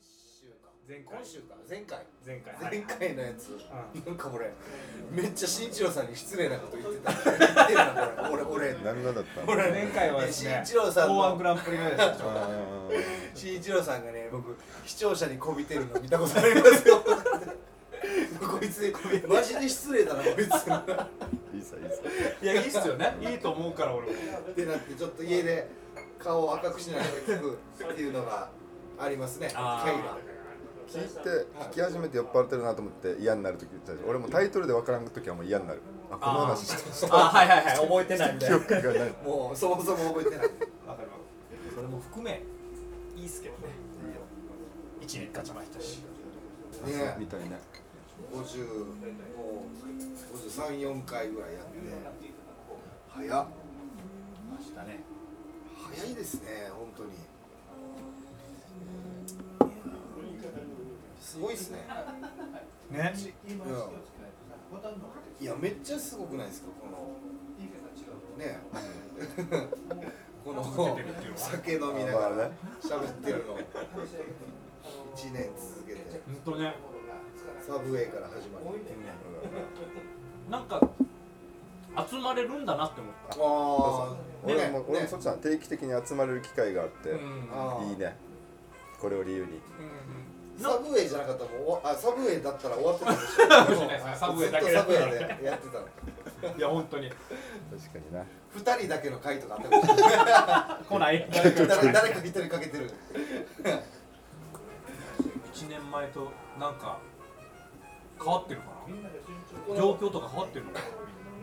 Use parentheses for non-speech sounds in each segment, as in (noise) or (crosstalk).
週か前回今週か前回前回前はい回のやつ、うなんか俺めっちゃ新一郎さんに失礼なこと言ってた言ってるなこれ俺俺何がだったの俺 (laughs) 前回はですね新一郎さんの法案グランプリ目でしたあー新一郎さんがね僕視聴者にこびてるの見たことありますよこいつマジで失礼だなこいついいさいいさ (laughs) いやいいっすよ (laughs) ねいいと思うから俺もってなってちょっと家で顔を赤くしながら聞くっていうのがありますねあー回が聞いて聞き始めて酔っ払ってるなと思って嫌になる時俺もタイトルで分からん時はもう嫌になるあこの話してあは (laughs) いはいはい覚えてないみたい記な憶がないもうそもそも覚えてないわかるわそれも含めいいっすけどね1年経ちましたしねみたいね50もう534回ぐらいやって早っましたね早いですね本当にすごいですねねうんいやめっちゃすごくないですかこのね (laughs) えこの酒飲みながら喋ってるの1年続けてほんとねサブウェイから始まりなんか集まれるんだなって思っああ俺も俺もねそっちなん定期的に集まれる機会があってたあーいいねこれを理由にサブウェイじゃなかったらもうおあサブウェイだったら終わってたでしもしれょないですねサブウェイだけずっだとっサブウたらェイでやってたのいや本当に確かにな2人だけの回とかあったかも (laughs) しれない来ない誰誰か1人かけてる1年前となんか変わってるかな状況とか変わってるのかな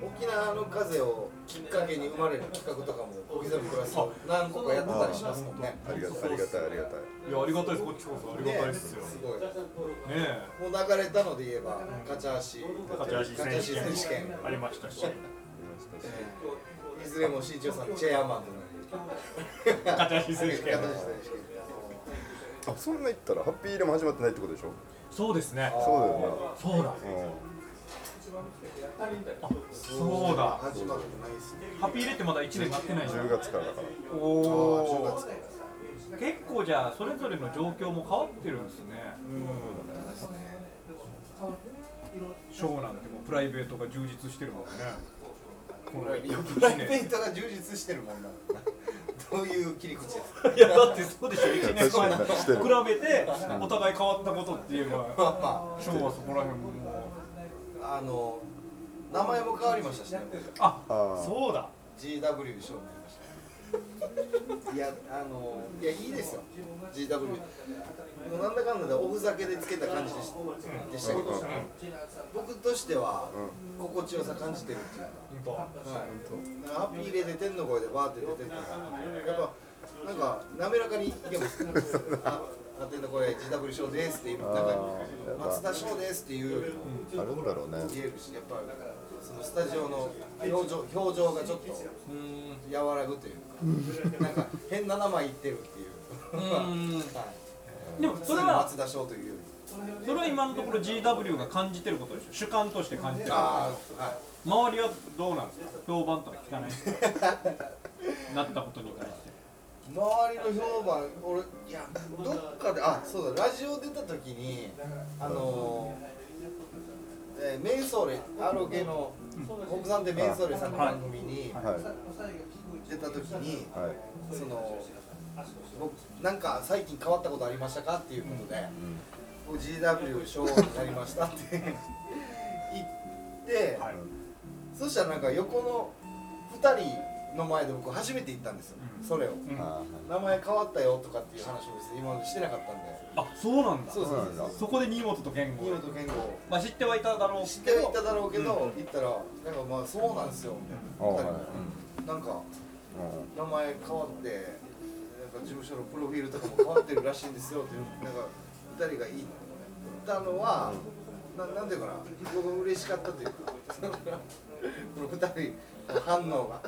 沖縄の風をきっかけに生まれる企画とかも小刻みプラス何個かやってたりしますもんねありがたいありがたいありがたいいやありがたいですこっちこそありがたいですよねねすごいえもう流れたので言えばガチャ足勝ち足選手選手権権ありましたしいずれも新潮さんチェアマンで勝ち足選手権ガチャ足選手権あそんな言ったらハッピーイレも始まってないってことでしょそうですねそうそうだだよなうんそうだハ始まってないですねッピー入れってまだ1年経ってないじゃん10月からだからお10お月から結構じゃあそれぞれの状況も変わってるんですね長男ってもうプライベートが充実してるもんねこのいやプライベ1年ートが充実してるもん (laughs) などういう切り口ですかいやだってそうでしょ1年確間かにしてる比べてお互い変わったことっていうのはまあま今日はそこら辺ももうああの名前も変わりましたしねあああそうだ GW 賞になりましたいやあのいやいいですよ GW もうなんだかんだでおふざけでつけた感じでした,、でしたけど、僕としては、心地よさ感じてるっていうか本はい、ハッピーで出てんの声でバーって出てったらやっぱなんか滑らかにいけますあハテンの声 GW 賞ですっていうなんか松田賞ですっていうよりもあるんだろうね言えるしやっぱそのスタジオの表情表情がちょっと当うん和らぐというかなんか変な名前言ってるっていううんはいでもそ普通にれは松田賞というよりそれは今のところ GW が感じてることでしょ主観として感じてるああはい周りはどうなんですか評判とか聞かないですかなったことに関して周りの評判俺いやどっかであそうだラジオ出た時にあのーえーメンソーレアロゲの国産でメンソーレさんの番組にはいはい出た時にその僕なんか最近変わったことありましたかっていうことで「僕 GW 賞になりました」って (laughs) 言って、はいそしたらなんか横の2人の前で僕初めて行ったんですよ、それを。うんああ名前変わったよとかっていう話をして今までしてなかったんでそうなんだそうそうそうそうなんそこで新本と健新吾本健吾まあ知ってはいただろう知っけてどはいただろうけど、行ったらなんかまあそうなんですよああみたはいいな、なんかうんうん名前変わってなんか事務所のプロフィールとかも変わってるらしいんですよっていうなんか2人が言ったのは、ななんていうかな僕も嬉しかったというかそのこの2人の反応が、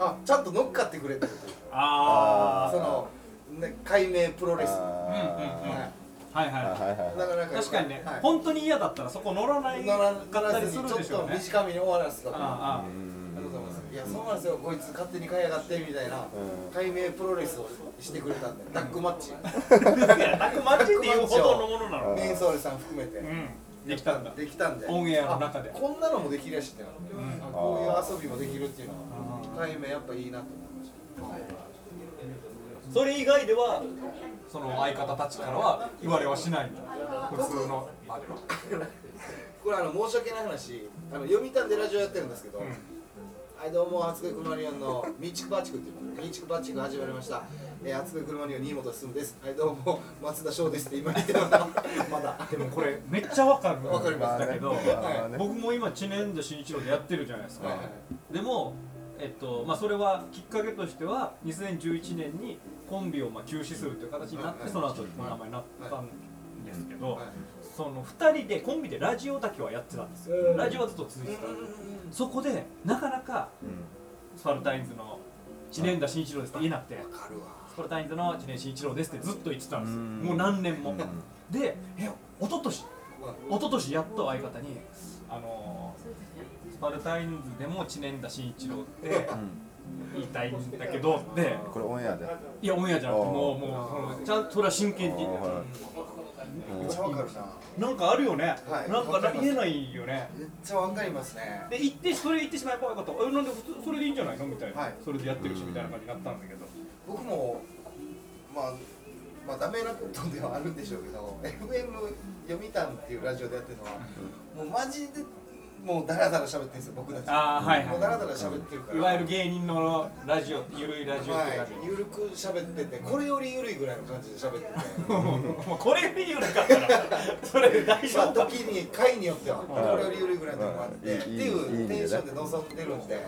あちゃんと乗っかってくれてるというあその、ね、解明プロレス、あうんうんうんーはいあはいはいははいはいなかなかい確かにね、はい本当に嫌だったらそこ乗らない乗らかったりずすにるちょでっしょとうね短めに終わらせたとかあありがとうございますいやそうなんですよこいつ勝手に買いやがってみたいな、うん解明プロレスをしてくれたんでタッグマッチいやタッグマッチっていうほどのものなのメンソールさん含めて、うんできたんだできたんでオンエアの中であこんなのもできるやしってなって、んあこういう遊びもできるっていうのうんは解明やっぱいいなと思いましそれ以外ではその相方たちからは言われはしないんだ普通の場ではたこれあの申し訳ない話あの読谷でラジオやってるんですけど、はいどうも、熱くクマリオンのミーチクパチクっていうの、ミーチクパチク始まりました。えー、熱くクマリオン新本進です。はいどうも、松田翔ですって今言ってます。まだ。でもこれめっちゃわかるわかりますだけど、まあね僕も今知念田慎一郎でやってるじゃないですか、はいはいでもえっとまあ、それはきっかけとしては2011年にコンビをまあ休止するという形になって、はいその後この名前になったんですけど、はいその2人でコンビでラジオだけはやってたんですよ、うんラジオはずっと続いてた、そこでなかなかスパルタインズの知念田慎一郎ですって言えなくて、わかるわ。スパルタインズの知念慎一郎ですってずっと言ってたんですよ、うんもう何年も、うんでえ一昨年わ一昨年やっと相方に「あのー、スパルタインズでも知念田慎一郎ってうん言いたいんだけど」ってこれオンエアで「いやオンエアじゃなくてもうもうそのちゃんとそれは真剣に」あめっちゃわかるな。なんかあるよね、はいなんか言えないよねめっちゃわかりますね。で言ってそれ言ってしまえばよかったえなんで普通それでいいんじゃないのみたいな、はいそれでやってるしみたいな感じになったんだけど僕も、まあ、まあ、ダメなことではあるんでしょうけど、FM 読谷っていうラジオでやってるのは、もうマジで、もうダラダラ喋ってるんですよ、僕たち。ああはいもうダラはダラ喋ってるかいら。いわゆる芸人のラジオゆるいラジオっては感いじ、ゆるく喋ってて、これよりゆるいぐらいの感じで喋ってて、 (laughs) もうこれ見よなかったらそれ大丈まあ、夫時に回によっては、これよりゆるいぐらいのもあって、うんっていいいうテンションで臨んでるんで、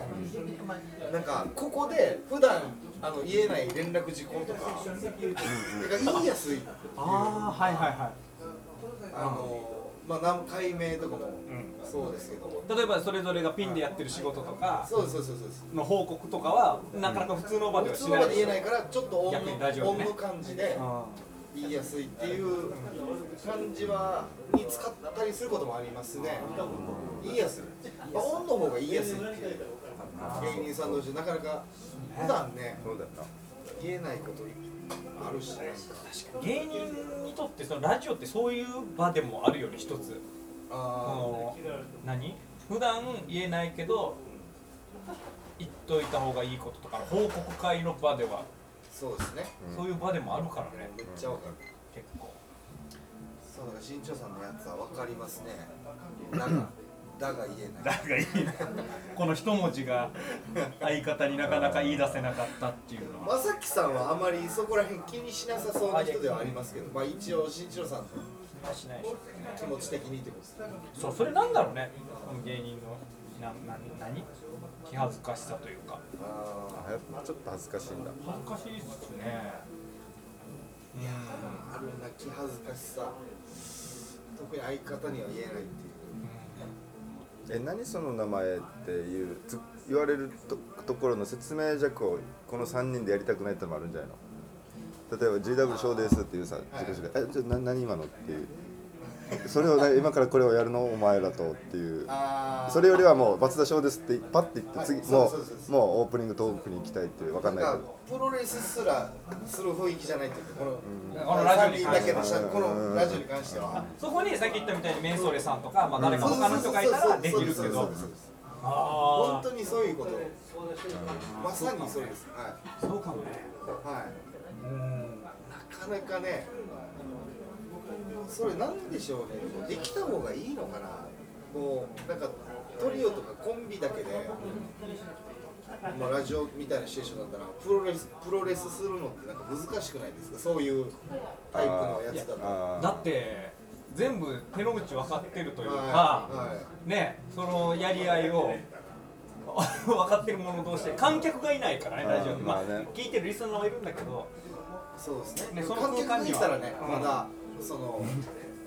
なんかここで普段あの言えない連絡事項とか、なんか言いやすいっていうああはいはいはあのまあ何回目とかもんそうですけど、い例えばそれぞれがピンでやってる仕事とかそうですそうですそうです。の報告とかはなかなか普通の場では普し通のない場で言えないから、ちょっと音逆にラジオの,、でね音の感じでうん言いやすいっていう感じはに使ったりすることもありますね。言いやすい。まあ、音の方が言いやすいっていう。芸人さん同士でなかなか普段ねそうだよ言えないことあるしね。芸人にとってそのラジオってそういう場でもあるよね一つああの何普段言えないけど言っといた方がいいこととかの報告会の場ではあ、そうですね。そういう場でもあるからねめっちゃわかる。結構そうだから新潮さんのやつはわかりますね。だがだが言えない。なんかいいなこの一文字が相方になかなか言い出せなかったっていうのはまさきさんはあまりそこら辺気にしなさそうな人ではありますけど、まあ一応新一郎さんのしない気持ち的にってことですね。 (laughs) そうそれなんだろうねこの芸人のなな何気恥ずかしさというかああやっぱちょっと恥ずかしいんだ恥ずかしいですねいやあるなき恥ずかしさ。特に相方には言えないっていう。え何その名前っていうつ言われるとところの説明弱をこの3人でやりたくないってのもあるんじゃないの例えば GW 賞ですっていうさ自己紹介「えちょな何今の?」っていうそれを、ね、今からこれをやるのお前らとっていうあそれよりはもう「松田賞です」ってパッて言って次はいもそうそうそううそうもうオープニングトークに行きたいっていう分かんないけなんかどプロレスすらする雰囲気じゃないっていうかこのこのラジオに三人関だしけてのしゃうんこのラジオに関しては。そこにさっき言ったみたいにメンソーレさんとか、まあ、誰か他の人がいたらできるけそうでどすそうですそうですあ本あ当にそういうこと。まさにそうです。はい。そうかもねはい。なかなかね、それなんでしょうね。できた方がいいのかな。こうなんかトリオとかコンビだけで、まあラジオみたいなシチュエーションだったらプロレスプロレスするのってなんか難しくないですか。そういうタイプのやつだと。はあーだって全部手の内分かってるといいうか、はねそのやり合いを (laughs) 分かってる者同士で観客がいないからねあーラジオに、まあまあね聞いてるリスナーはいるんだけどい。そうですね。ねその観客がいたらね、空間にはまだその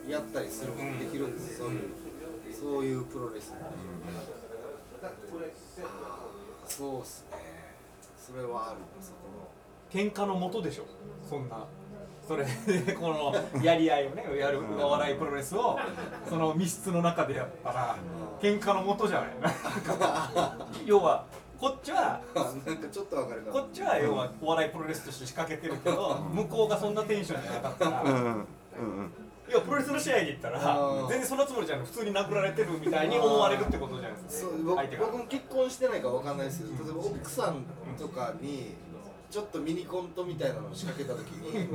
やったりするできるんです。そういうそういうプロレス。そうっすね。それはあるそこ喧嘩のもとでしょそんなそれで (laughs) このやり合いをねやるお笑いプロレスをその密室の中でやったら喧嘩のもとじゃないなんか要はこっちは (laughs) なんかちょっとわかるかこもっちは要はお笑いプロレスとして仕掛けてるけど向こうがそんなテンションじゃなかったら、うんうんうんいやプロレスの試合に行ったらうん全然そんなつもりじゃない普通に殴られてるみたいに思われるってことじゃないですそか、う相手僕が僕も結婚してないからわかんないですけど例えば奥さんとかにちょっとミニコントみたいなのを仕掛けた時 (laughs) に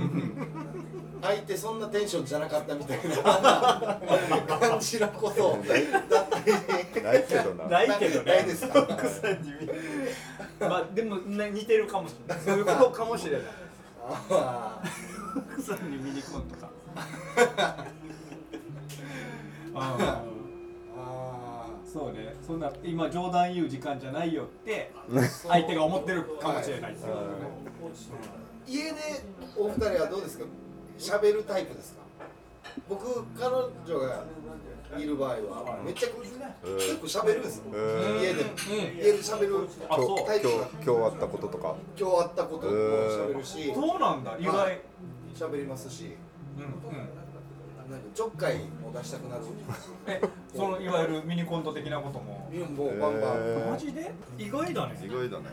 相手そんなテンションじゃなかったみたい (laughs) な感じのこと (laughs) をだったりないけどなないけどねない (laughs) ですか奥さんに見まあでもね似てるかもしれないそういうことかもしれないあー奥さんに見に行くのと (laughs) かあそうねそんな今冗談言う時間じゃないよってーそう相手が思ってるかもしれないっていうね家でお二人はどうですか喋るタイプですか僕彼女がいる場合はめっちゃく結構喋るんですよ、うん家でうん家で喋るあ今そう日今日今日あったこととか今日あったことも喋るしそうなんだ意外、はい喋りますしうんうんなんかちょっかいも出したくなるえそのいわゆるミニコント的なことももうバンバン、へージで意外だ意外だね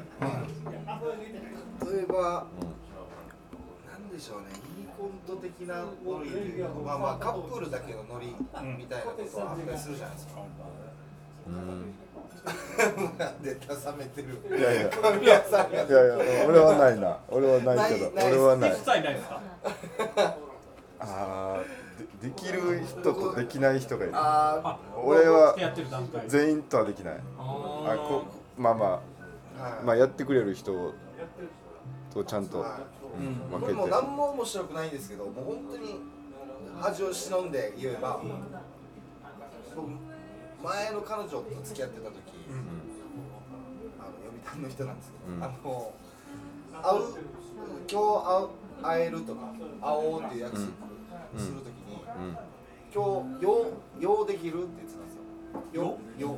例えば、なんでしょうねいいコント的なノリというかまあまあカップルだけのノリみたいなことはあったりするじゃないですか、うんで、ためてる。いやいや神谷さんいやいや俺はないな俺はないけどないない俺はない (laughs) 一切ないですかあーでできる人とできない人がいるああ俺はやってる団体全員とはできないああーこまあまあ、はあい。まあやってくれる人とちゃんとうんこ分けれてもう何も面白くないんですけど、もう本当に恥を忍んで言えば、僕前の彼女と付き合ってた時、あの読谷の人なんですけど、うんあの会う今日会う会えるとか会おうっていう約束うんするときに、うん今日ようようできるって言ってたんですよ。よよ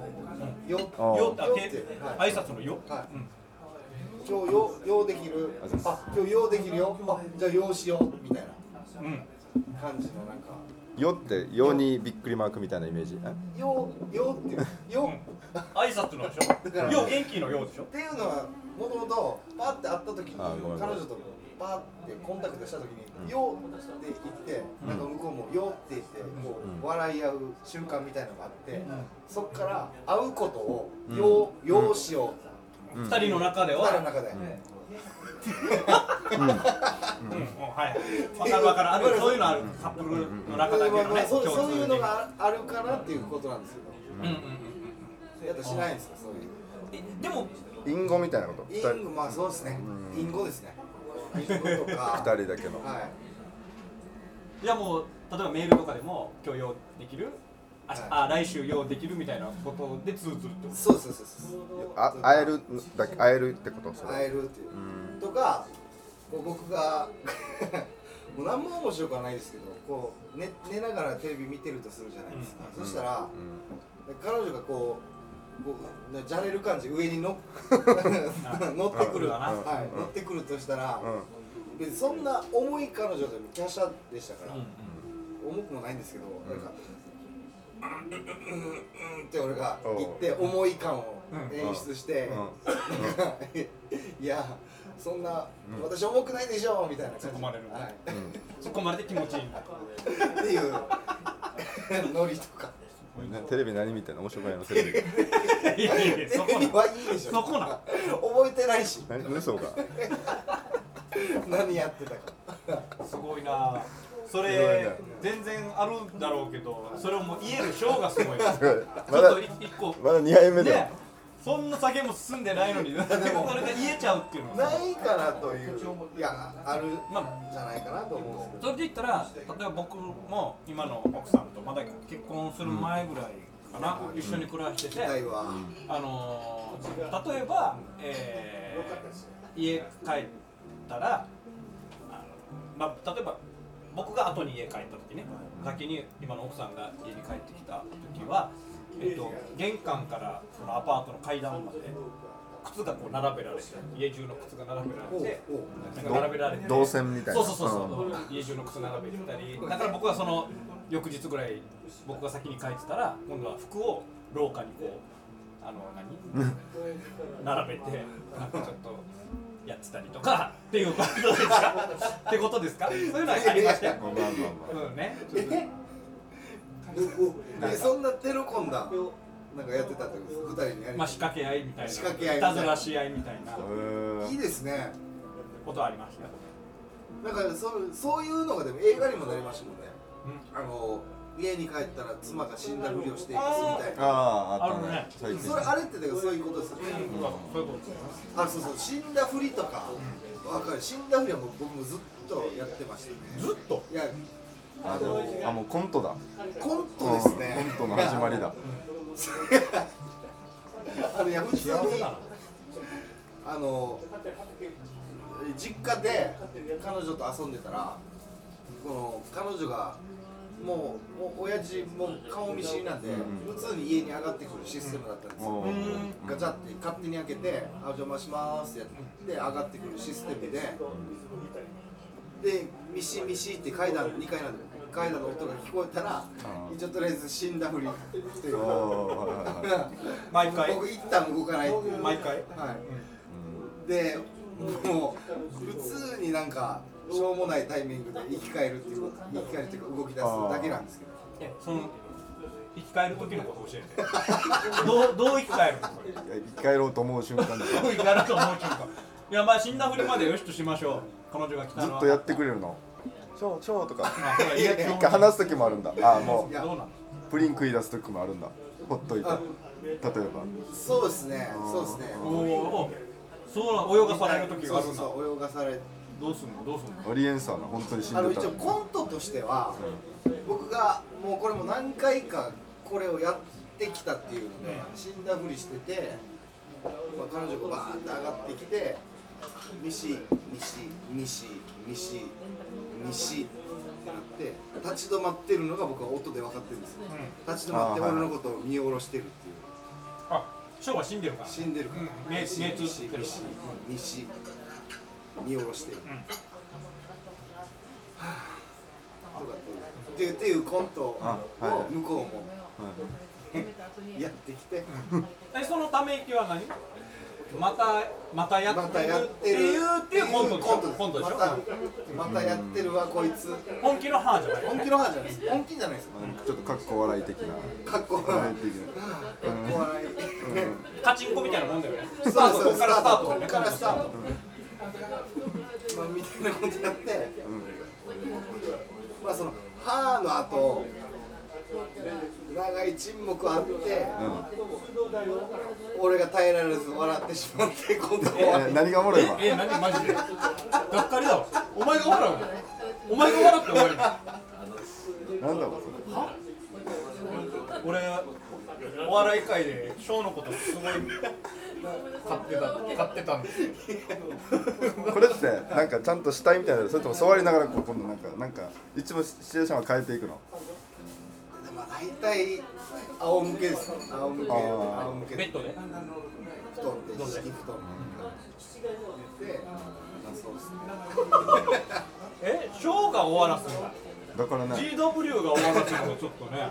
よあーよあてはい挨拶のよはいうん今日よ用できるあそうですあ今日用できるよあじゃあ用しようみたいうんな感じのなんかよってよにびっくりマークみたいなイメージ用用っていうう用ん挨拶のでしょよ元気のようでしょっていうのはもともとパッて会った時にあごめんごめん彼女とパッてコンタクトした時に「よ」って言ってなんか向こうも「よ」って言ってこうんう笑い合う瞬間みたいなのがあってんそっから会うことを「よ」「よ」しようん二人の中でう彼のは中でうんうんはいわかるわかるあるそういうのあるカップルの中だけのねそう共そういう通のでがあるからっていうことなんですけどうんうんうんやっぱしないんですよそういう。えでも隠語みたいなことイ二ン人グまあそうですねうんインゴですねインゴとか (laughs) 二人だけのはいやもう例えばメールとかでも今日用できるあはいあ来週用できるみたいなことで通ずるってこいとそうそうそうそうあ会えるだけ会えるってことそれ会えるっていううんとかこう僕が (laughs) もう何も面白くはないですけどこう寝寝ながらテレビ見てるとするじゃないですかうんそしたらうん彼女がこうこうなじゃれる感じ上 (laughs) に乗っ乗ってくるうんはい乗ってくるとしたらうん別にそんな重い彼女でも華奢でしたかうらんうん重くもないんですけど、なんか「うんうんうん」って俺が言ってうん重い感をうん演出してうん「なんかいやそんな私重くないでしょ」みたいな突感っじ込まれるはい、突っ込まれて気持ちいいんだっていう (laughs) ノリとかうんねテレビ何見てんの面白くないのテレ (laughs) ビ (laughs) いやいやいテやそこレなビはいいでしょそこな覚えてないし何嘘か何やってたかすごいなそすごいれね全然あるんだろうけどそれをもう言えるショーがすごい (laughs) まだちょっとい一個まだ2杯目だよねそんな酒も進んでないのにそれ (laughs) が言えちゃうっていうのはないからといういやあるまんじゃないかなと思うんですけどあそれで言ったら例えば僕も今の奥さんとまだ結婚する前ぐらいかな、一緒に暮らしてて、期待は、あのー例えば、えー家帰ったら、あのまあ、例えば僕が後に家帰った時ね先に今の奥さんが家に帰ってきた時は、えっと玄関からそのアパートの階段まで靴がこう並べられて家中の靴が並べられておうおうなんか並べられて動線みたいなそうそうそうそう、家中の靴並べてたりだから僕はその翌日ぐらい僕が先に帰ってたら今度は服を廊下にこうあの (laughs) 何並べてなんかちょっとやってたりとかっていうことですか (laughs) ってことですかそういうのはありましたよ、まあまあまうんね、えそんなテロコンだなんかやってたってことです二人にやりまあ、仕掛け合いみたいな仕掛け合いいみたいたなずらし合いみたいなあういいですねことはありましたよ、だからそうそういうのがでも映画にもなりましたもんねうんあの家に帰ったら妻が死んだふりをしていますみたいあなああっあたるねね最近それあれってだからそういうことですよねうんそういうことですあそうそう死んだふりとかわかる死んだふりはもう僕もずっとやってましたねずっといやあでもあもうコントだコントですねうんコントの始まりだあのいや普通にやってたなあの実家で彼女と遊んでたらこの彼女がもうもう親父も顔見知りなんで、う普通に家に上がってくるシステムだったんですよ、もううんガチャって勝手に開けて「あお邪魔します」ってやって上がってくるシステムでで「ミシミシ」って階段2階なんで階段の音が聞こえたらうん一応とりあえず死んだふりっていうかおーはいはいはい毎回僕一旦動かないっていう毎回はいうんでもう普通になんかしょうもないタイミングで生き返るっていう生き返るっていうか動き出すだけなんですけどえその生き返る時のこと教えてどうどう生き返るのこれいや生き返ろうと思う瞬間でずどう生き返ると思う瞬間いやまあ死んだふりまでよしとしましょう彼女が来たのはっとやってくれるのショーショーとかまあほらいやいや一回話す時もあるんだああもいうやどうなのプリン食い出す時もあるんだほっといてあ例えばそうですねそうですねおおそうな泳がされる時があるそんうだそうそう泳がされどうすんのどうすんのオリエンサーな本当に死んあので一た応コントとしては僕がもうこれも何回かこれをやってきたっていうので死んだふりしてて、まあ、彼女がバーンって上がってきて「西西西西西」ってなって立ち止まってるのが僕は音で分かってるんですよ立ち止まってあーはい俺のことを見下ろしてるっていうあショーは死んでるから死んでるからうん目目西つぶってる西西見下ろしてる、んはぁとかっていうっていうコントあをはい向こうもはい (laughs) やってきて、えそのため息は何またまたやまったてるやっっててるいうっていうコントでしょコントでしまょたまたやってるわこいつ本気の歯じゃない本気の話じゃないです本気じゃないですまあちょっとかっこ笑い的なかっこ笑悪いい的なかっこ悪いカチンコみたいなもんだよねそうスタートそうこっからスタートこっからスタートト、まあ、みたいなことやって、まあその「はー」の後長い沈黙あって、俺が耐えられず笑ってしまって今度えーは何がおもろいわえ何マジでがっかりだわお前が笑うよお前が笑って終わなんだろうそりれ俺お笑い界でショーのことすごい買ってた買ってたんですよこれってなんかちゃんとしたいみたいなのそれとも座りながらこう今度なんかなんかいつもシチュエーションは変えていくの (laughs) まあ大体仰向けです仰向けあー仰向けベッドで布団で敷布団で、まあ、そうですねえショーが終わらすんだだからね GW が終わらすのがちょっとね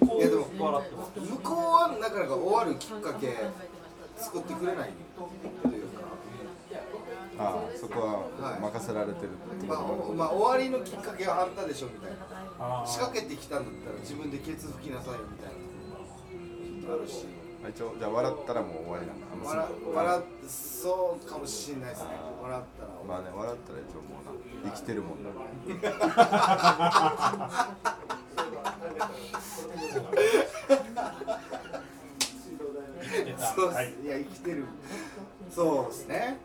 向こいやでもう笑ってます向こうはなかなか終わるきっかけ作ってくれないというか、ああそこは任せられてるってこまあ、おまあ終わりのきっかけはあったでしょみたいなあ仕掛けてきたんだったら自分でケツ拭きなさいよみたいなあるしと一応じゃあ笑ったらもう終わりなんだあもうそ笑笑ってそうかもしれないですね笑ったらまあね笑ったら一応もうな生きてるもんなそう生きてったす、はいい、や生きてるそうですね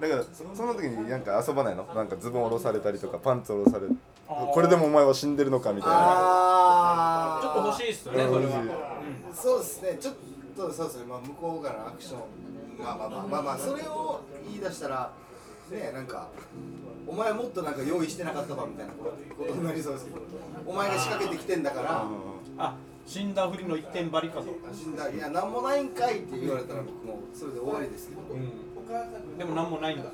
だからそその時になんか遊ばないのなんかズボン下ろされたりとかパンツ下ろされるこれでもお前は死んでるのかみたいなああちょっと欲しいっすよねそれはそうですね、ちょっとそうですね、まあ、向こうからアクション、まあまあまあまあ、まあ、それを言い出したら、ね、なんか、お前もっとなんか用意してなかったかみたいなことになりそうですけど、お前が仕掛けてきてんだから、あ死んだふりの一点張りかと、死んだ、いや、なんもないんかいって言われたら、僕もうそれで終わりですけど、うん、でも何もないんだ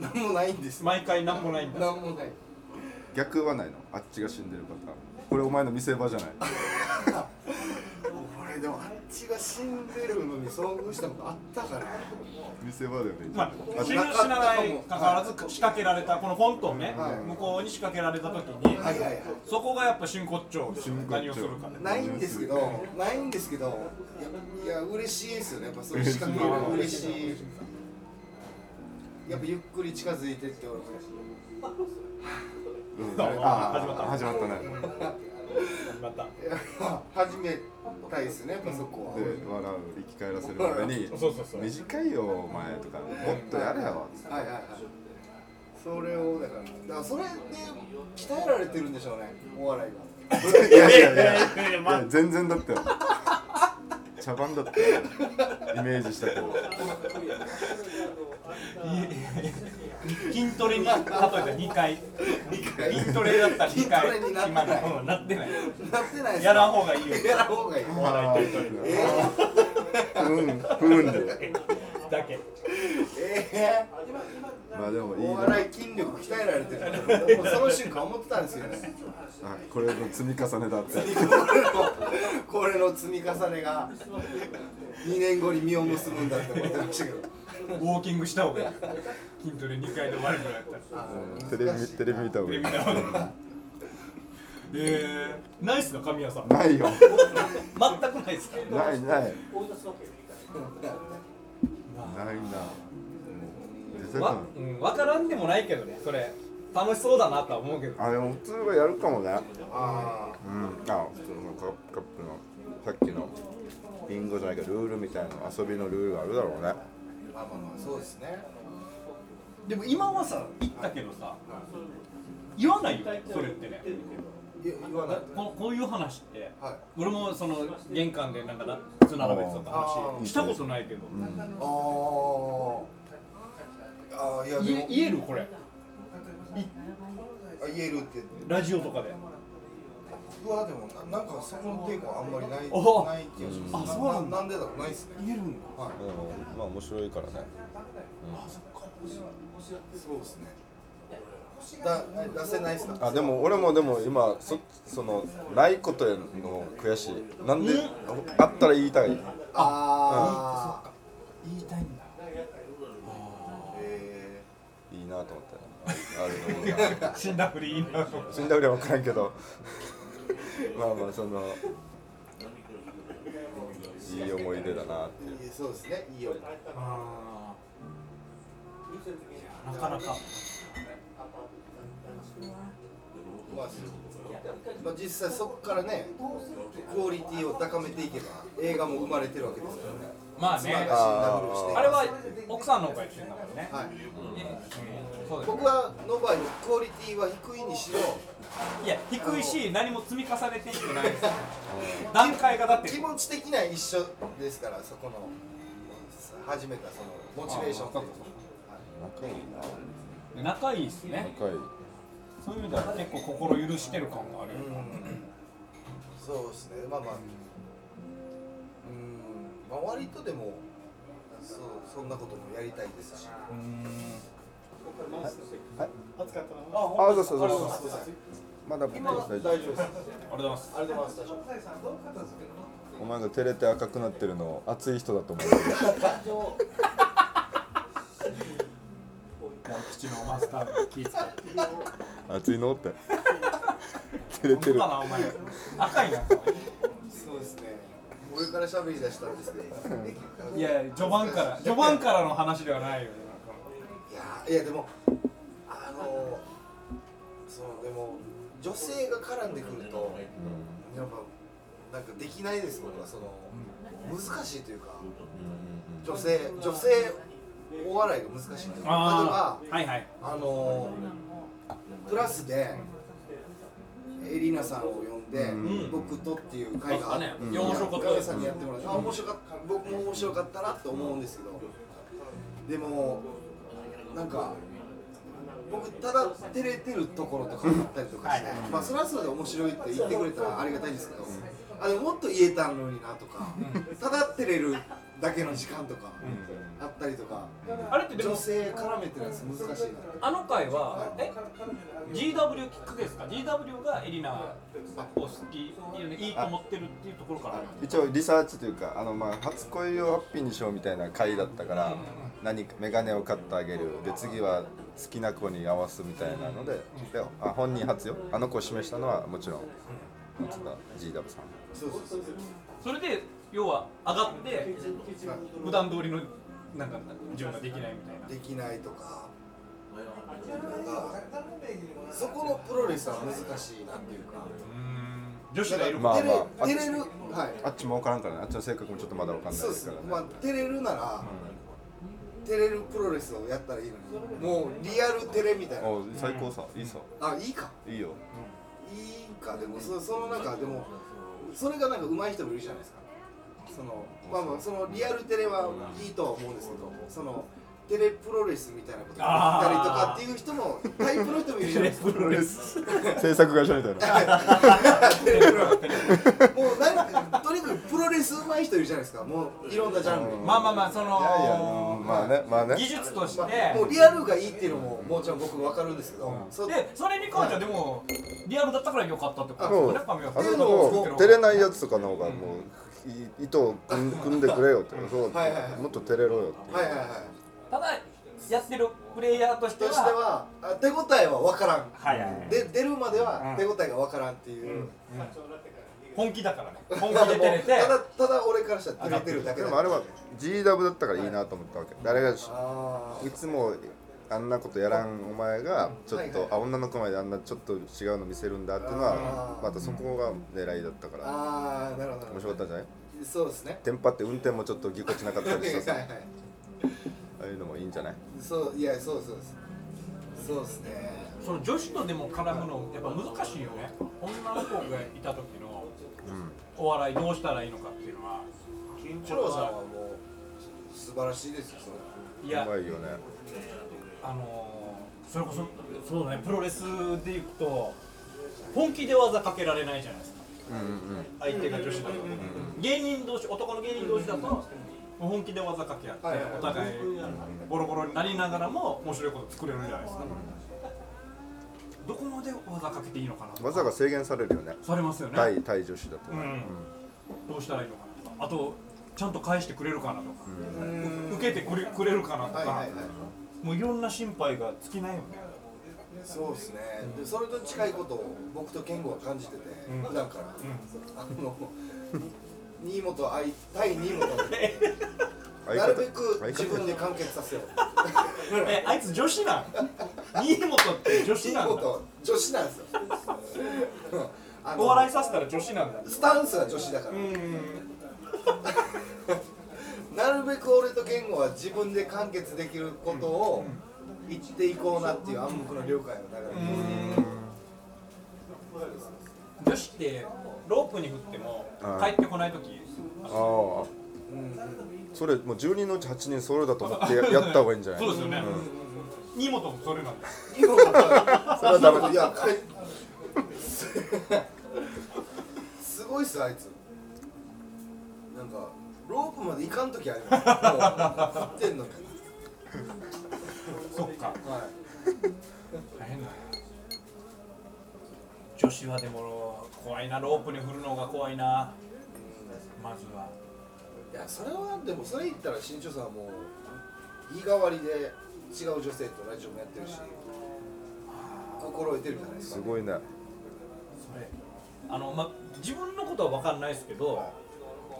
なんもないんです、毎回何もないんだなんもない。逆はないのあっちが死んでるパターンこれお前の見せ場じゃない (laughs) 俺俺でもあっちが死んでるのに遭遇したことあったから見せ場だよねまあ、死ぬなかった死なないかかわらず仕掛けられたこのフォントをね、はい向こうに仕掛けられた時に、はいはいはいそこがやっぱ真骨頂ですよ真骨頂何をする (laughs) かねないんですけどないんですけどいやいや嬉しいですよねやっぱそういう仕掛けは嬉しいやっぱゆっくり近づいてって俺うんどうもあ始始まったねまたいや始めたいですねやっぱそこはで笑う生き返らせるためにそうそうそう短いよお前とかもっとやれよつってはいはいはいそれをだからだからそれで鍛えられてるんでしょうねお笑いが (laughs) いやいやいいやいややいやいまあや全然だったよ茶番だったよイメージしたけど筋トレに例えば2回筋トレだったら2筋ト回レになって今ないのもうなってないなってないですやらん方がいいよやらんほうがいいあーうんふんでだけええまあでもいいおな笑い筋力鍛えられてる僕その瞬間思ってたんですよねあこれの積み重ねだってこれのこれの積み重ねが2年後に実を結ぶんだって思ってましたけ (laughs) どウォーキングした方がいい筋トレ2回で終わるぐらいだったらうんテレビテレビ見た方テがいレいビ見た方がいいえー、ないっすか神谷さんないよ全くないっすかないなまいあないな出てわた、うん、分からんでもないけどねそれ楽しそうだなとは思うけどあでも普通はやるかもねあうんあ普通のカカップのさっきのビンゴじゃないけどルールみたいな遊びのルールがあるだろうーねまあまあまあそうですねでも今はさ言ったけどさ言わないよねそれってねいや言わないここういう話ってはい俺もその玄関でなんかなつ並べてたってあ話ーしたことないけどあーあーいやで言えも言えるこれあ言えるってラジオとかでうわでもななんかそこの抵抗あんまりないないお気がしますあそうなんだなんでだろうないですね言えるんだはいでもまあ面白いからねそうですねだ出せないですかあでも俺もでも今そそのないことへの悔しいなんでうんあったら言いたいああ言いたいんだえいいなと思ったあるのもな死んだふり言いなと死んだふりは分からんけど (laughs) まあまあそのいい思い出だなってーいいそうですねいいよあーいやなかなかまあ、まあ、実際そこからねクオリティを高めていけば映画も生まれてるわけですからねまあ妻が死んねだふりをしてあれは奥さんの方が言ってんだからね、はいうんそうだよね僕はの場合クオリティは低いにしろいや低いし何も積み重ねていってないですよ段階がだって気持ち的には一緒ですからそこの始めたそのモチベーションというか仲いいな仲いいですね仲いいそういう意味では結構心許してる感があるよ、うんそうですねまあまあうんまあ割とでもそうそんなこともやりたいですしあそうそうそうそうまだ大丈夫ですありがとうございますありがとうございます大丈夫ですお前が照れて赤くなってるの (laughs) 熱い人だと思う口のマスター気ぃ使って熱いのって (laughs) 照れてるかなお前赤いなそうですね。俺から喋り出したんですけど。いや序盤 (laughs) から序盤からの話ではないよねいやいやでもあのそのでも女性が絡んでくるとやっぱなんかできないです僕はその難しいというか女性女性お笑いが難しいというかあ例えあはいはいばあのクラスで。エリナさんを呼んで、うん僕とっていう会があって、うん面白かったですガガさんにやってもらって、あ面白かった僕も面白かったなって思うんですけど、でもなんか僕ただ照れてるところとかもあったりとかして、まあそれはそれで面白いって言ってくれたらありがたいんですけど、あでももっと言えたのになとか、ただ照れるだけの時間とかあったりとか、あれってで女も性絡めてのやつ難しいなあの回はえ GW きっかけですか GW がエリナを好きいいと思ってるっていうところから一応リサーチというかあの、まあ、初恋をハッピーにしようみたいな回だったから何か眼鏡を買ってあげるで次は好きな子に合わすみたいなのでであ本人初よあの子を示したのはもちろん松田 GW さんそうそうそうそれで要は上がって普段通りのなんか自分ができないみたいなできないとかそこのプロレスは難しいなっていうか女子がいるまあまあ照れ照れるはいあっちも分からんからねあっちの性格もちょっとまだ分かんないそうでですすねからね、まあ照れるなら、照れるプロレスをやったらいいのにもうリアル照れみたいなお最高さいいさあいいかいいよいいかでもそその中でもそれがなんか上手い人もいるじゃないですかそのまあまあそのリアルテレはいいとは思うんですけどそのテレプロレスみたいなことやったりとかっていう人もタイプの人もいるじゃないですかプロレス制作会社みたいなテレプロもうなんかとにかくプロレス上手い人いるじゃないですかもういろんなジャンルに、まあまあまあそいやいやうんのまあねまあね技術としてまあもうリアルがいいっていうのももちろん僕分かるんですけど、そうでそれに関してはでもリアルだったから良かったってことそうですよね神谷あさんそのこ照れないやつとかの方がもうい糸を組ん組んでくれよってそうはいはいはいもっと照れろよってはいはいはいただやってるプレイヤーとしてとはしてはあ手応えは分からんはいはいはいで出るまでは手応えが分からんっていう、本気だからね本ただ気で照れてただただ俺からしたら照れてるだけでだもあれは GW だったからいいなと思ったわけ誰がしあいつもあんなことやらんお前がちょっはいはいとあ女の子まであんなちょっと違うの見せるんだっていうのはあーまたそこが狙いだったかーらあーなるほどなる面ほ白かったんじゃないどそうですねテンパって運転もちょっとぎこちなかったりしてさはいはいああいうのもいいんじゃないそういやそうそうですそうですねその女子とでも絡むのやっぱ難しいよね女の子がいた時のお笑いどうしたらいいのかっていうのは緊チョロさんはもう素晴らしいですよそれいやうまいよねあのーそれこそそうだねプロレスでいくと本気で技かけられないじゃないですかうんうん相手が女子だと、芸人同士男の芸人同士だと本気で技かけ合って、はいはいお互いボロボロになりながらも面白いこと作れるじゃないですか、どこまで技かけていいのかなとうん技が制限されるよねされますよね、対対女子だとうんねどうしたらいいのかなとかあとちゃんと返してくれるかなとか、受けてくれくれるかなとか、はいはいはいもういろんな心配が尽きないよねそうですねでそれと近いことを僕と健吾は感じててん普段からあの新本愛対新本相な方るべく相自方分で完結させようえあいつ女子なん新本って女子新なんだ本女子なんですよ (laughs) あのお笑いさせたら女子なんだスタンスは女子だから、うんなるべく俺と健吾は自分で完結できることを言っていこうなっていう暗黙の了解の中で、女子ってロープに振ってもうん帰ってこない時ああそれもう10人のうち8人それだと思ってややった方がいいんじゃないそうですよね新本もそれなんだ今はそれはダメいやかいすごいっすあいつなんかロープまで行かん時あるよもう振ってんのに、そっかは、大変だ女子はでも怖いなロープに振るのが怖いなまずはいいやそれはでもそれ言ったら新潮さんはもう日替わりで違う女性とラジオもやってるし心得てるじゃないですすかごいねそれあのま自分のことは分かんないですけど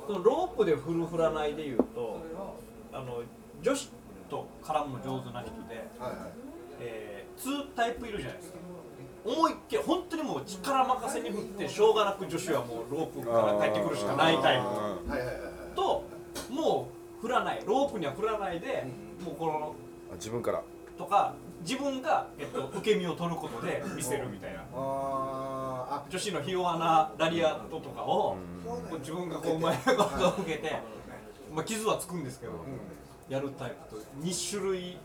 そのロープで振る振らないでいうとあの女子と絡むの上手な人で、はいはいえー、2タイプいるじゃないですか思いっきり本当にもう力任せに振ってしょうがなく女子はもうロープから帰ってくるしかないタイプうんはいはいはいはいともう振らないロープには振らないでもうこのあ自分からとか自分が、えっと、受け身を取ることで見せるみたいなあ女子のひ弱なラリアットとかを、こう自分がこう前のことを受けて、まあ、傷はつくんですけど、やるタイプと2種類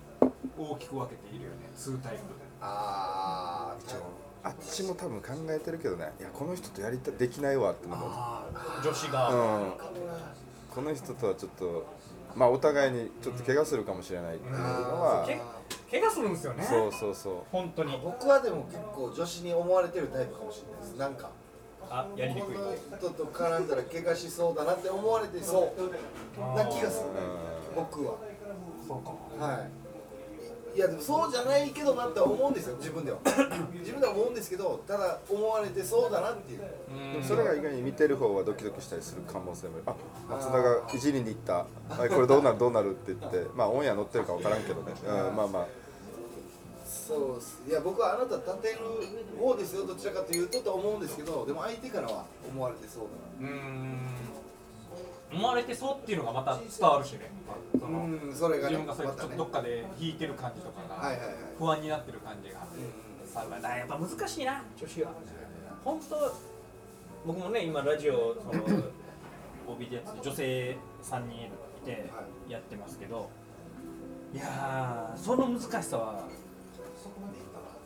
大きく分けているよね数タイプああーちょあっちも多分考えてるけどねいやこの人とやりたできないわってのもあ女子がうんこの人とはちょっとまあお互いにちょっと怪我するかもしれないっていうのは、け怪我するんですよねそうそうそ本当に僕はでも結構女子に思われてるタイプかもしれないですなんかあやりにくいこの人と絡んだら怪我しそうだなって思われてそうな気がするう、うん僕はそうかはいいやでもそうじゃないけどなって思うんですよ自分 (coughs) では自分では思うんですけどただ思われてそうだなっていうでもそれが意外に見てる方はドキドキしたりする可能性もあるあ松田がいじりに行ったあこれどうなるどうなるって言ってまあオンエア乗ってるか分からんけどね、うん、まあまあそうっすいや僕はあなた立てる方ですよどちらかというとと思うんですけどでも相手からは思われてそううーん思われてそうっていうのがまた伝わるしねそだのなうんそれが自ね分がそれまちょたっとねどっかで引いてる感じとかはいがはいはい不安になってる感じがさあだからやっぱ難しいな女子は本当僕もね今ラジオその (laughs) 帯でやってて女性3人いてはやってますけどいやーその難しさは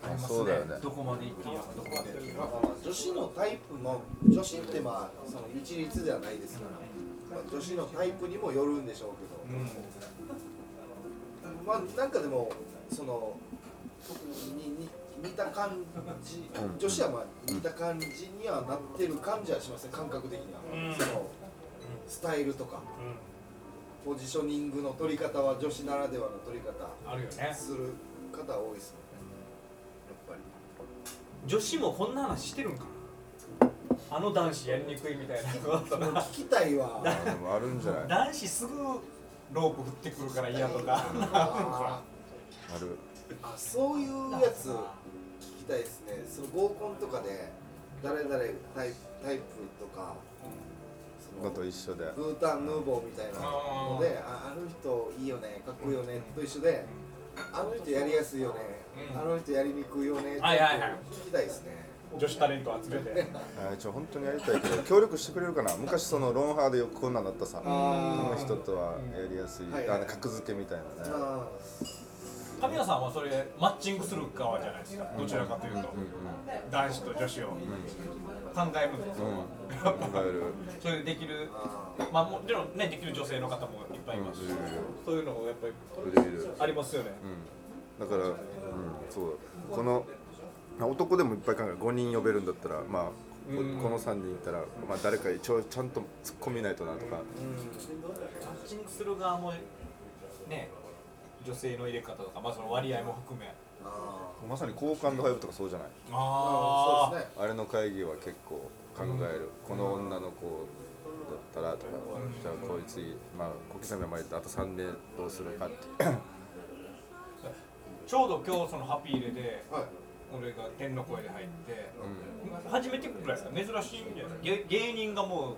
ありますねそうだよねどこまで行っていいのかどこまで行っていいのまあかまあまあ女子のタイプの女子ってまあその一律ではないですから、まあ、女子のタイプにもよるんでしょうけど、まあなんかでもそのにに似た感じうん女子はまあ似た感じにはなってる感じはしますね感覚的には、うんそのスタイルとかポジショニングの取り方は女子ならではの取り方うんあるよねする方多いですもんね女子もこんな話してるんかなあの男子やりにくいみたい (laughs) なやっぱり聞き (laughs) たい (laughs) わでもあるんじゃないあ男子すぐロープ振ってくるから嫌 (laughs) とかあるーあそういうやつ聞きたいですねその合コンとかで誰々タイプタイプとかそののと一緒でブータンヌーボーみたいなのでああの人いいよねかっこいいよねと一緒であの人やりやすいよね、うんあの人やりにくいよねってはいはいはい聞きたいですね女子タレント集めてあ一応本当にやりたいけど協力してくれるかな昔そのロンハーでよくこんなんだったさこあのー人とはやりやすい、はいあの格付けみたいなね、あ神谷さんはそれマッチングする側じゃないですかどちらかというとう男子と女子を考えるんですよんうん考えるそれでできるあまあもちろんねできる女性の方もいっぱいいますしうんそういうのもやっぱりいるいるありますよねだから、うん、そうこのまあ男でもいっぱい考える5人呼べるんだったらまあこうんこの3人いたら、まあ、誰かちょちゃんと突っ込みないとなとか、マッチングする側もね女性の入れ方とかまあその割合も含めあまさに好感度配布とかそうじゃないあそうあですねあれの会議は結構考える、この女の子だったらとか、じゃあこいつまあ小刻みはまであと3年どうするかってちょうど今日そのハッピー入れではい俺が天の声で入って、初めてぐらいですか珍しいんじゃない芸芸人がも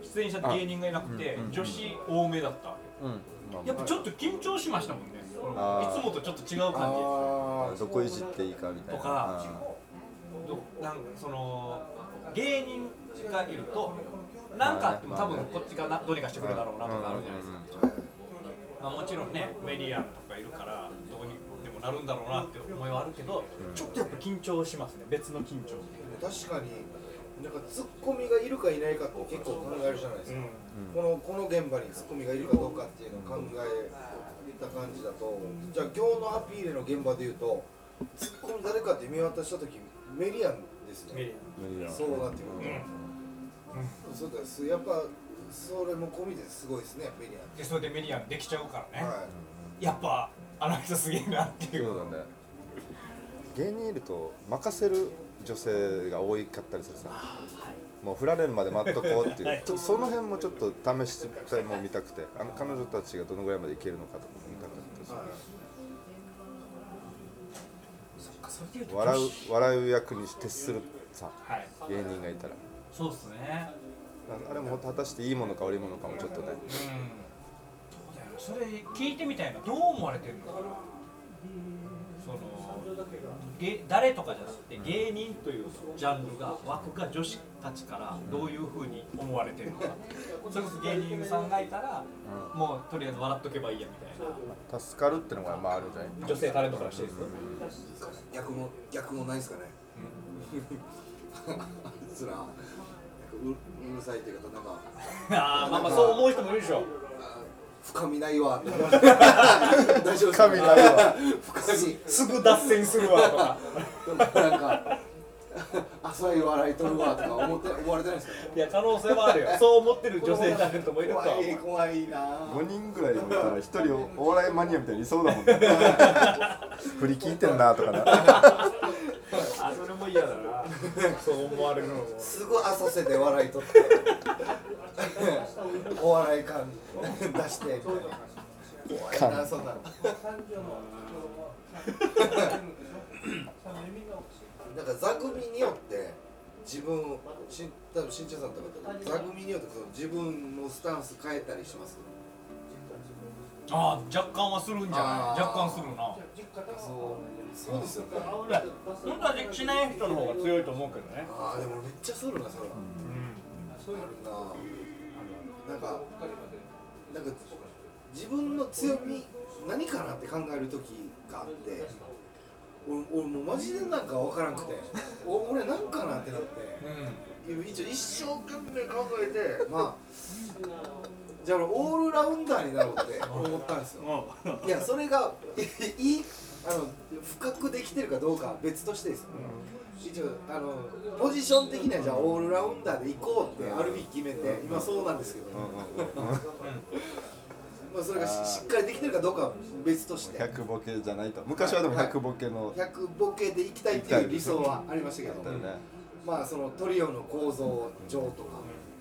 う出演者って芸人がいなくて、あうんうん女子多めだったうん、やっぱちょっと緊張しましたもんね俺あもーいつもとちょっと違う感じあどこいじっていいかみたいなとかどなんかその芸人がいるとなんかあっても多分こっちがなどうにかしてくれるだろうなとかあるじゃないですか、すか、まあ、もちろんねメディアとかいるからどうにでもなるんだろうなって思いはあるけど、ちょっとやっぱ緊張しますね別の緊張、確かになんかツッコミがいるかいないかって結構考えるじゃないですか、このこの現場にツッコミがいるかどうかっていうのを考えた感じだとじゃあ今日のアピールの現場でいうとツッコミ誰かって見渡した時メリアンですメデねィアうん無理やそうなってくるとそうですやっぱそれも込みですごいですねメリでそれでメディアできちゃうからアンね、はやっぱあの人すげえなっていうそうだね芸人いると任せる女性が多かったりするさもう振られるまで待っとこうってい (laughs) う、はいちょっとその辺もちょっと試しても見たくてあの彼女たちがどのぐらいまでいけるのかとかも見たかったしい、はい、笑う笑う役に徹するさはい芸人がいたらそうっすねああれも果たしていいものか悪いものかもちょっとねうんそうだよなそれ聞いてみたいなどう思われてるのかなそのげ誰とかじゃなくて芸人というジャンルが枠が女子たちからどういうふうに思われてるのかそれこそ芸人さんがいたらもうとりあえず笑っとけばいいやみたいな助かるってのがまああるじゃない女性タレントからしてですよ (laughs) 逆も逆もないですかねうっすらううるさいっていうかなんかああまあまあそう思う人もいるでしょ深みない (laughs) わ大丈夫です深みないわ深みすぐ脱線するわとかなんか浅い笑いとるわとか思って思われてないですかいや可能性はあるよそう思ってる女性になる人もいるとは怖思い怖いなぁ5人ぐらいいたら1人おお笑いマニアみたいにいそうだもんね振り聞いてんなとかなあそれも嫌だなそう思われるのもすぐ浅瀬で笑いとってお笑い感出してみたいな怖いなそんななんか座組によって自分をしん多分新茶さんとかだと座組によってその自分のスタンス変えたりしますああ若干はするんじゃあーない若干するなそうそうですよねいや本当はしない人の方が強いと思うけどねああでもめっちゃするなそれは。そういうのななんかなんか自分の強み何かなって考える時があって俺俺もうマジでなんか分からんくてお俺何かなってなってう一応一生懸命考えて (laughs) まあじゃあ俺オールラウンダーになろうって思ったんですよんいやそれが (laughs) いいあの深くできてるかどうかは別としてですよ、一応あのポジション的にはじゃあオールラウンダーで行こうってある日決めて今そうなんですけど、まあ、それがししっかりできてるかどうかは別として100ボケじゃないと昔はでも100ボケのだっ100ボケでいきたいっていう理想はありましたけどたよねまあそのトリオの構造上とか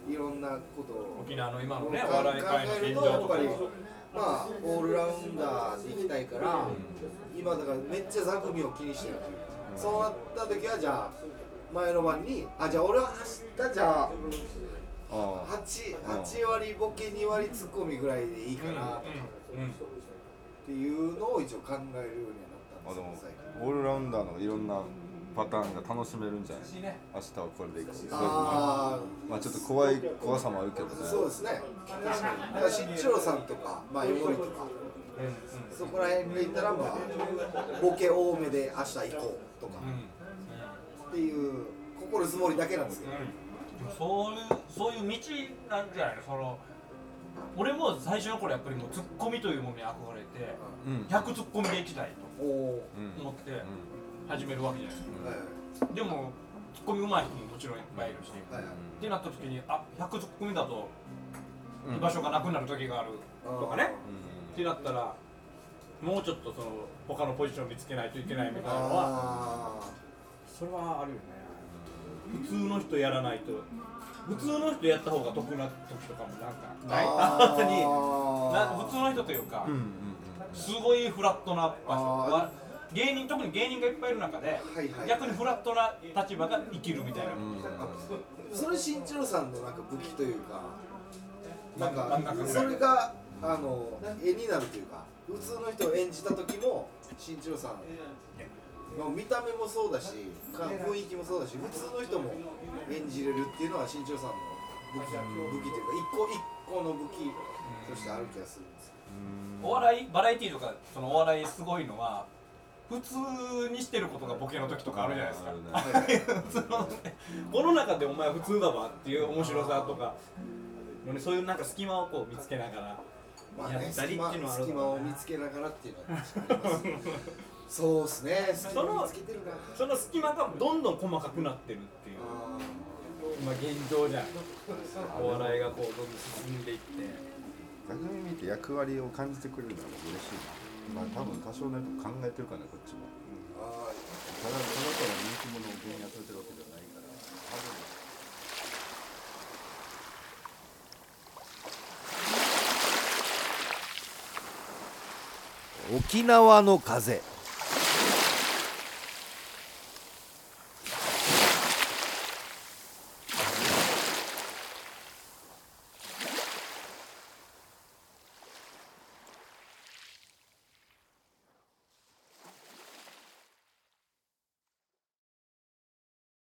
いろんなことを沖縄の今の考ねお笑い界のえ現ると状やとっかぱりまあオールラウンダーでいきたいから今だからめっちゃ座組を気にしてるそうなった時はじゃあ前の晩にあじゃあ俺は明日じゃあああ 8, 8割ボケ2割ツッコミぐらいでいいかなっうんうんていうのを一応考えるようあにはなったでもんですよオールラウンダーのいろんなパターンが楽しめるんじゃない明日はこれでいくし最近あまあちょっと怖い怖さもあるけどねあそうですね確かにだからしっちろさんとかまあよりとかそこら辺でいったらまあボケ多めで明日行こうとかうっんていう心づもりだけなんですけどうんそういうそういう道なんじゃないのその俺も最初の頃やっぱりもうツッコミというものに憧れてうんうん100ツッコミでいきたいおおと思って始めるわけじゃないですーはいかでもツッコミ上手い人ももちろんいっぱいいるしっはいてなった時にあ100ツッコミだとうん居場所がなくなる時があるとかねうんってなったらもうちょっとその他のポジション見つけないといけないみたいなのはあそれはあるよね普通の人やらないと普通の人やった方が得な時とかもなんかーないあ (laughs) あーにな普通の人というか、うんうんすごいフラットな場あ所ーわ芸人特に芸人がいっぱいいる中で、はいはい逆にフラットな立場が生きるみたいな、うんうんそれ新一郎さんのなんか武器というかなん真んか中ぐらいそれがあの絵になるというか普通の人を演じた時も新一郎さんの見た目もそうだしか雰囲気もそうだし普通の人も演じれるっていうのは新一郎さんの武器武器というか一個一個の武器としてある気がするんですお笑いバラエティーとかそのお笑いすごいのは普通にしてることがボケの時とかあるじゃないですか、あけど、はいその (laughs) この中でお前普通だわっていう面白さとかのねそういうなんか隙間をこう見つけながらまあね、やった隙りって間いうのはある隙間を見つけながらっていうのは確かにありますねそうですね隙間を見つけてるなその隙間がどんどん細かくなってるっていうあ今現状じゃんお笑いがこうどんどん進んでいって番組見て役割を感じてくれるのは嬉しいなまあ多分多少なりと考えてるからねこっちもーあーただただただ人気者を芸人集めてるわけじゃないから多分沖縄の風